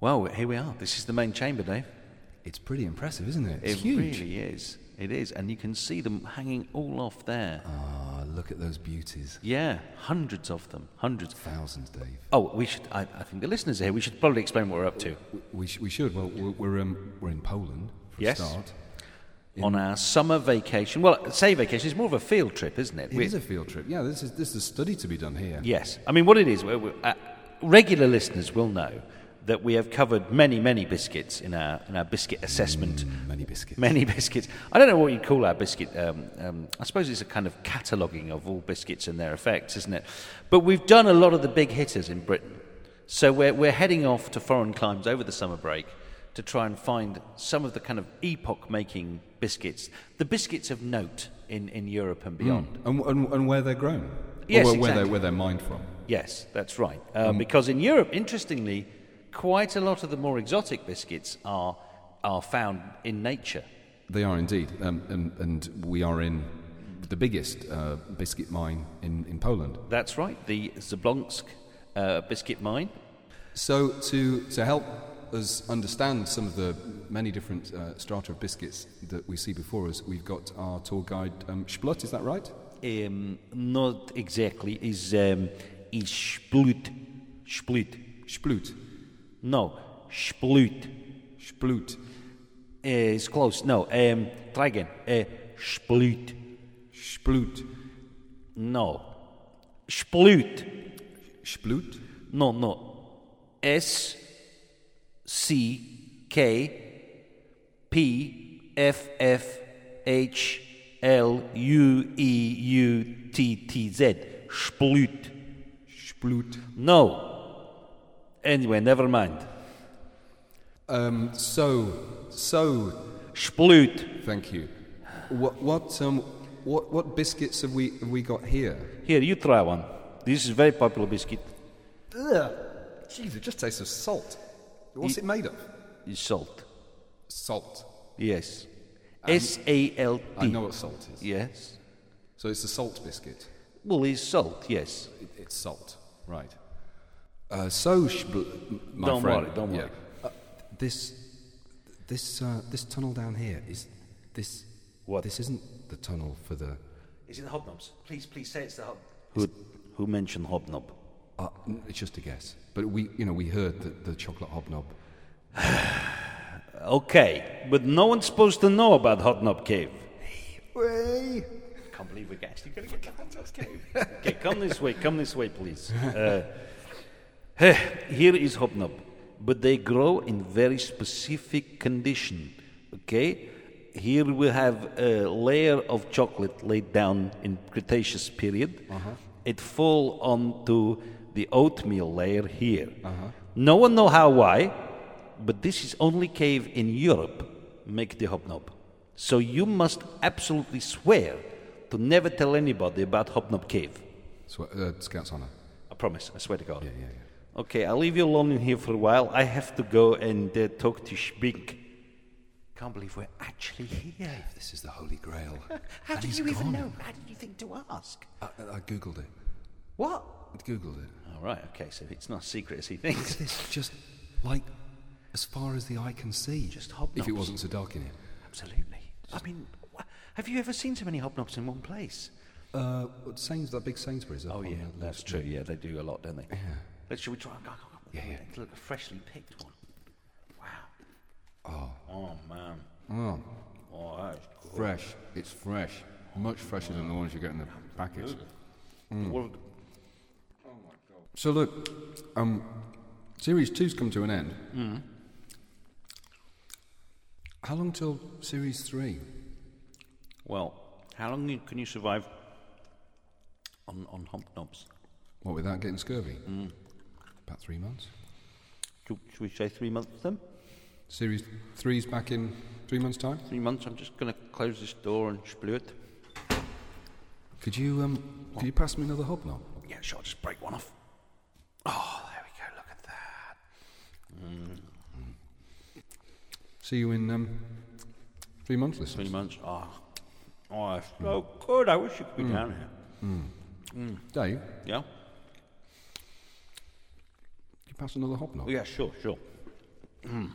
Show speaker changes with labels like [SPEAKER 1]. [SPEAKER 1] Well, here we are. This is the main chamber, Dave.
[SPEAKER 2] It's pretty impressive, isn't it? It's
[SPEAKER 1] it
[SPEAKER 2] huge.
[SPEAKER 1] really is. It is. And you can see them hanging all off there.
[SPEAKER 2] Ah, look at those beauties.
[SPEAKER 1] Yeah, hundreds of them. Hundreds.
[SPEAKER 2] Thousands, Dave.
[SPEAKER 1] Oh, we should. I, I think the listeners are here. We should probably explain what we're up to.
[SPEAKER 2] We, we, sh- we should. Well, we're, we're, um, we're in Poland for
[SPEAKER 1] Yes.
[SPEAKER 2] a start.
[SPEAKER 1] on our summer vacation. Well, say vacation, it's more of a field trip, isn't it?
[SPEAKER 2] It is
[SPEAKER 1] We-
[SPEAKER 2] a field trip. Yeah, this is this is a study to be done here.
[SPEAKER 1] Yes. I mean, what it is, we- we- uh, regular listeners will know that we have covered many, many biscuits in our, in our biscuit assessment.
[SPEAKER 2] Many biscuits.
[SPEAKER 1] Many biscuits. I don't know what you'd call our biscuit. Um, um, I suppose it's a kind of cataloguing of all biscuits and their effects, isn't it? But we've done a lot of the big hitters in Britain. So we're, we're heading off to foreign climes over the summer break to try and find some of the kind of epoch making biscuits, the biscuits of note in, in Europe and beyond.
[SPEAKER 2] And, and, and where they're grown. Or
[SPEAKER 1] Yes,
[SPEAKER 2] where, where,
[SPEAKER 1] exactly.
[SPEAKER 2] they're, where they're mined from.
[SPEAKER 1] Yes, that's right. Uh, Because in Europe, interestingly, quite a lot of the more exotic biscuits are are found in nature.
[SPEAKER 2] They are indeed. Um, and, and we are in the biggest uh, biscuit mine in, in Poland.
[SPEAKER 1] That's right. The Zablonsk uh, biscuit mine.
[SPEAKER 2] So to, to help us understand some of the many different uh, strata of biscuits that we see before us, we've got our tour guide, um, Splot, is that right?
[SPEAKER 1] Um, not exactly is um, is splut, splut.
[SPEAKER 2] Splut.
[SPEAKER 1] No, splut
[SPEAKER 2] Splut.
[SPEAKER 1] Eh, is close. No, um, try again. Uh, splut.
[SPEAKER 2] Splut.
[SPEAKER 1] No, splut.
[SPEAKER 2] Splut.
[SPEAKER 1] No, no. S C K P F F H L U E U T T Z. Splut.
[SPEAKER 2] Splut.
[SPEAKER 1] No. Anyway, never mind.
[SPEAKER 2] Um, so, so
[SPEAKER 1] Splut.
[SPEAKER 2] Thank you. What what um what what biscuits have we have we got here?
[SPEAKER 1] Here, you try one. This is very popular biscuit.
[SPEAKER 2] Ugh. Jeez, it just tastes of salt. What's it made of?
[SPEAKER 1] It's salt.
[SPEAKER 2] Salt.
[SPEAKER 1] Yes. S A L
[SPEAKER 2] I
[SPEAKER 1] T.
[SPEAKER 2] know what salt is.
[SPEAKER 1] Yes.
[SPEAKER 2] So it's a salt biscuit.
[SPEAKER 1] Well, it's salt, yes.
[SPEAKER 2] It, it's salt, right? Uh, so, Schbl- m- my
[SPEAKER 1] Don't
[SPEAKER 2] friend.
[SPEAKER 1] worry, don't worry.
[SPEAKER 2] Uh, this this uh, this tunnel down here is this
[SPEAKER 1] What?
[SPEAKER 2] This isn't the tunnel for the.
[SPEAKER 1] Is it the hobnobs? Please, please say it's the hob. Who, who mentioned hobnob?
[SPEAKER 2] Uh, n- it's just a guess, but we you know we heard that the chocolate hobnob.
[SPEAKER 1] Okay, but no one's supposed to know about Hot Knob Cave.
[SPEAKER 2] Way.
[SPEAKER 1] I can't believe we're actually going to get to Hot Knob Cave. okay, come this way, come this way, please. Uh, eh, here is hobnob, but they grow in very specific condition. Okay, here we have a layer of chocolate laid down in Cretaceous period. It fall onto the oatmeal layer here. No one know how why, but this is only cave in Europe make the hobnob. So you must absolutely swear to never tell anybody about hobnob cave.
[SPEAKER 2] So, uh, Scout's honour.
[SPEAKER 1] I promise. I swear to God.
[SPEAKER 2] Yeah, yeah.
[SPEAKER 1] Okay, I'll leave you alone in here for a while. I have to go and uh, talk to Spink. Can't believe we're actually here.
[SPEAKER 2] This is the Holy Grail.
[SPEAKER 1] How
[SPEAKER 2] And
[SPEAKER 1] did
[SPEAKER 2] he's
[SPEAKER 1] you even
[SPEAKER 2] gone.
[SPEAKER 1] know? How did you think to ask?
[SPEAKER 2] I, I googled it.
[SPEAKER 1] What?
[SPEAKER 2] I googled it.
[SPEAKER 1] All right. Okay. So it's not a secret as he thinks.
[SPEAKER 2] Is this just like as far as the eye can see?
[SPEAKER 1] Just hobnobs.
[SPEAKER 2] If it wasn't so dark in here.
[SPEAKER 1] Absolutely. I mean, wha- have you ever seen so many hobnobs in one place?
[SPEAKER 2] Uh, what, Sains, that big Sainsbury's. up
[SPEAKER 1] Oh
[SPEAKER 2] on
[SPEAKER 1] yeah,
[SPEAKER 2] the
[SPEAKER 1] that's
[SPEAKER 2] left.
[SPEAKER 1] true. Yeah, they do a lot, don't they? Yeah. Let's should we try? Go, go, go.
[SPEAKER 2] Yeah, yeah.
[SPEAKER 1] Let's Look, a freshly picked one. Wow. Oh. Oh man.
[SPEAKER 2] Oh,
[SPEAKER 1] Oh, that's good.
[SPEAKER 2] fresh. It's fresh. Much fresher than the ones you get in the packets.
[SPEAKER 1] Well,
[SPEAKER 2] So look, um, series two's come to an end.
[SPEAKER 1] Mm.
[SPEAKER 2] How long till series three?
[SPEAKER 1] Well, how long you- can you survive on on hobnobs?
[SPEAKER 2] What without getting scurvy?
[SPEAKER 1] Mm.
[SPEAKER 2] About three months.
[SPEAKER 1] Should, should we say three months then?
[SPEAKER 2] Series three's back in three months' time.
[SPEAKER 1] Three months. I'm just going to close this door and spew it.
[SPEAKER 2] Could you um, could you pass me another hobnob?
[SPEAKER 1] Yeah, sure. I'll Just break one off. Oh, there we go. Look at that.
[SPEAKER 2] See you in um, three months,
[SPEAKER 1] Three
[SPEAKER 2] listeners.
[SPEAKER 1] months. Oh, oh, it's so good. I wish you could be down here.
[SPEAKER 2] Dave, could
[SPEAKER 1] Yeah.
[SPEAKER 2] you pass another hobnob?
[SPEAKER 1] Oh, yeah. Sure. Sure. Mm.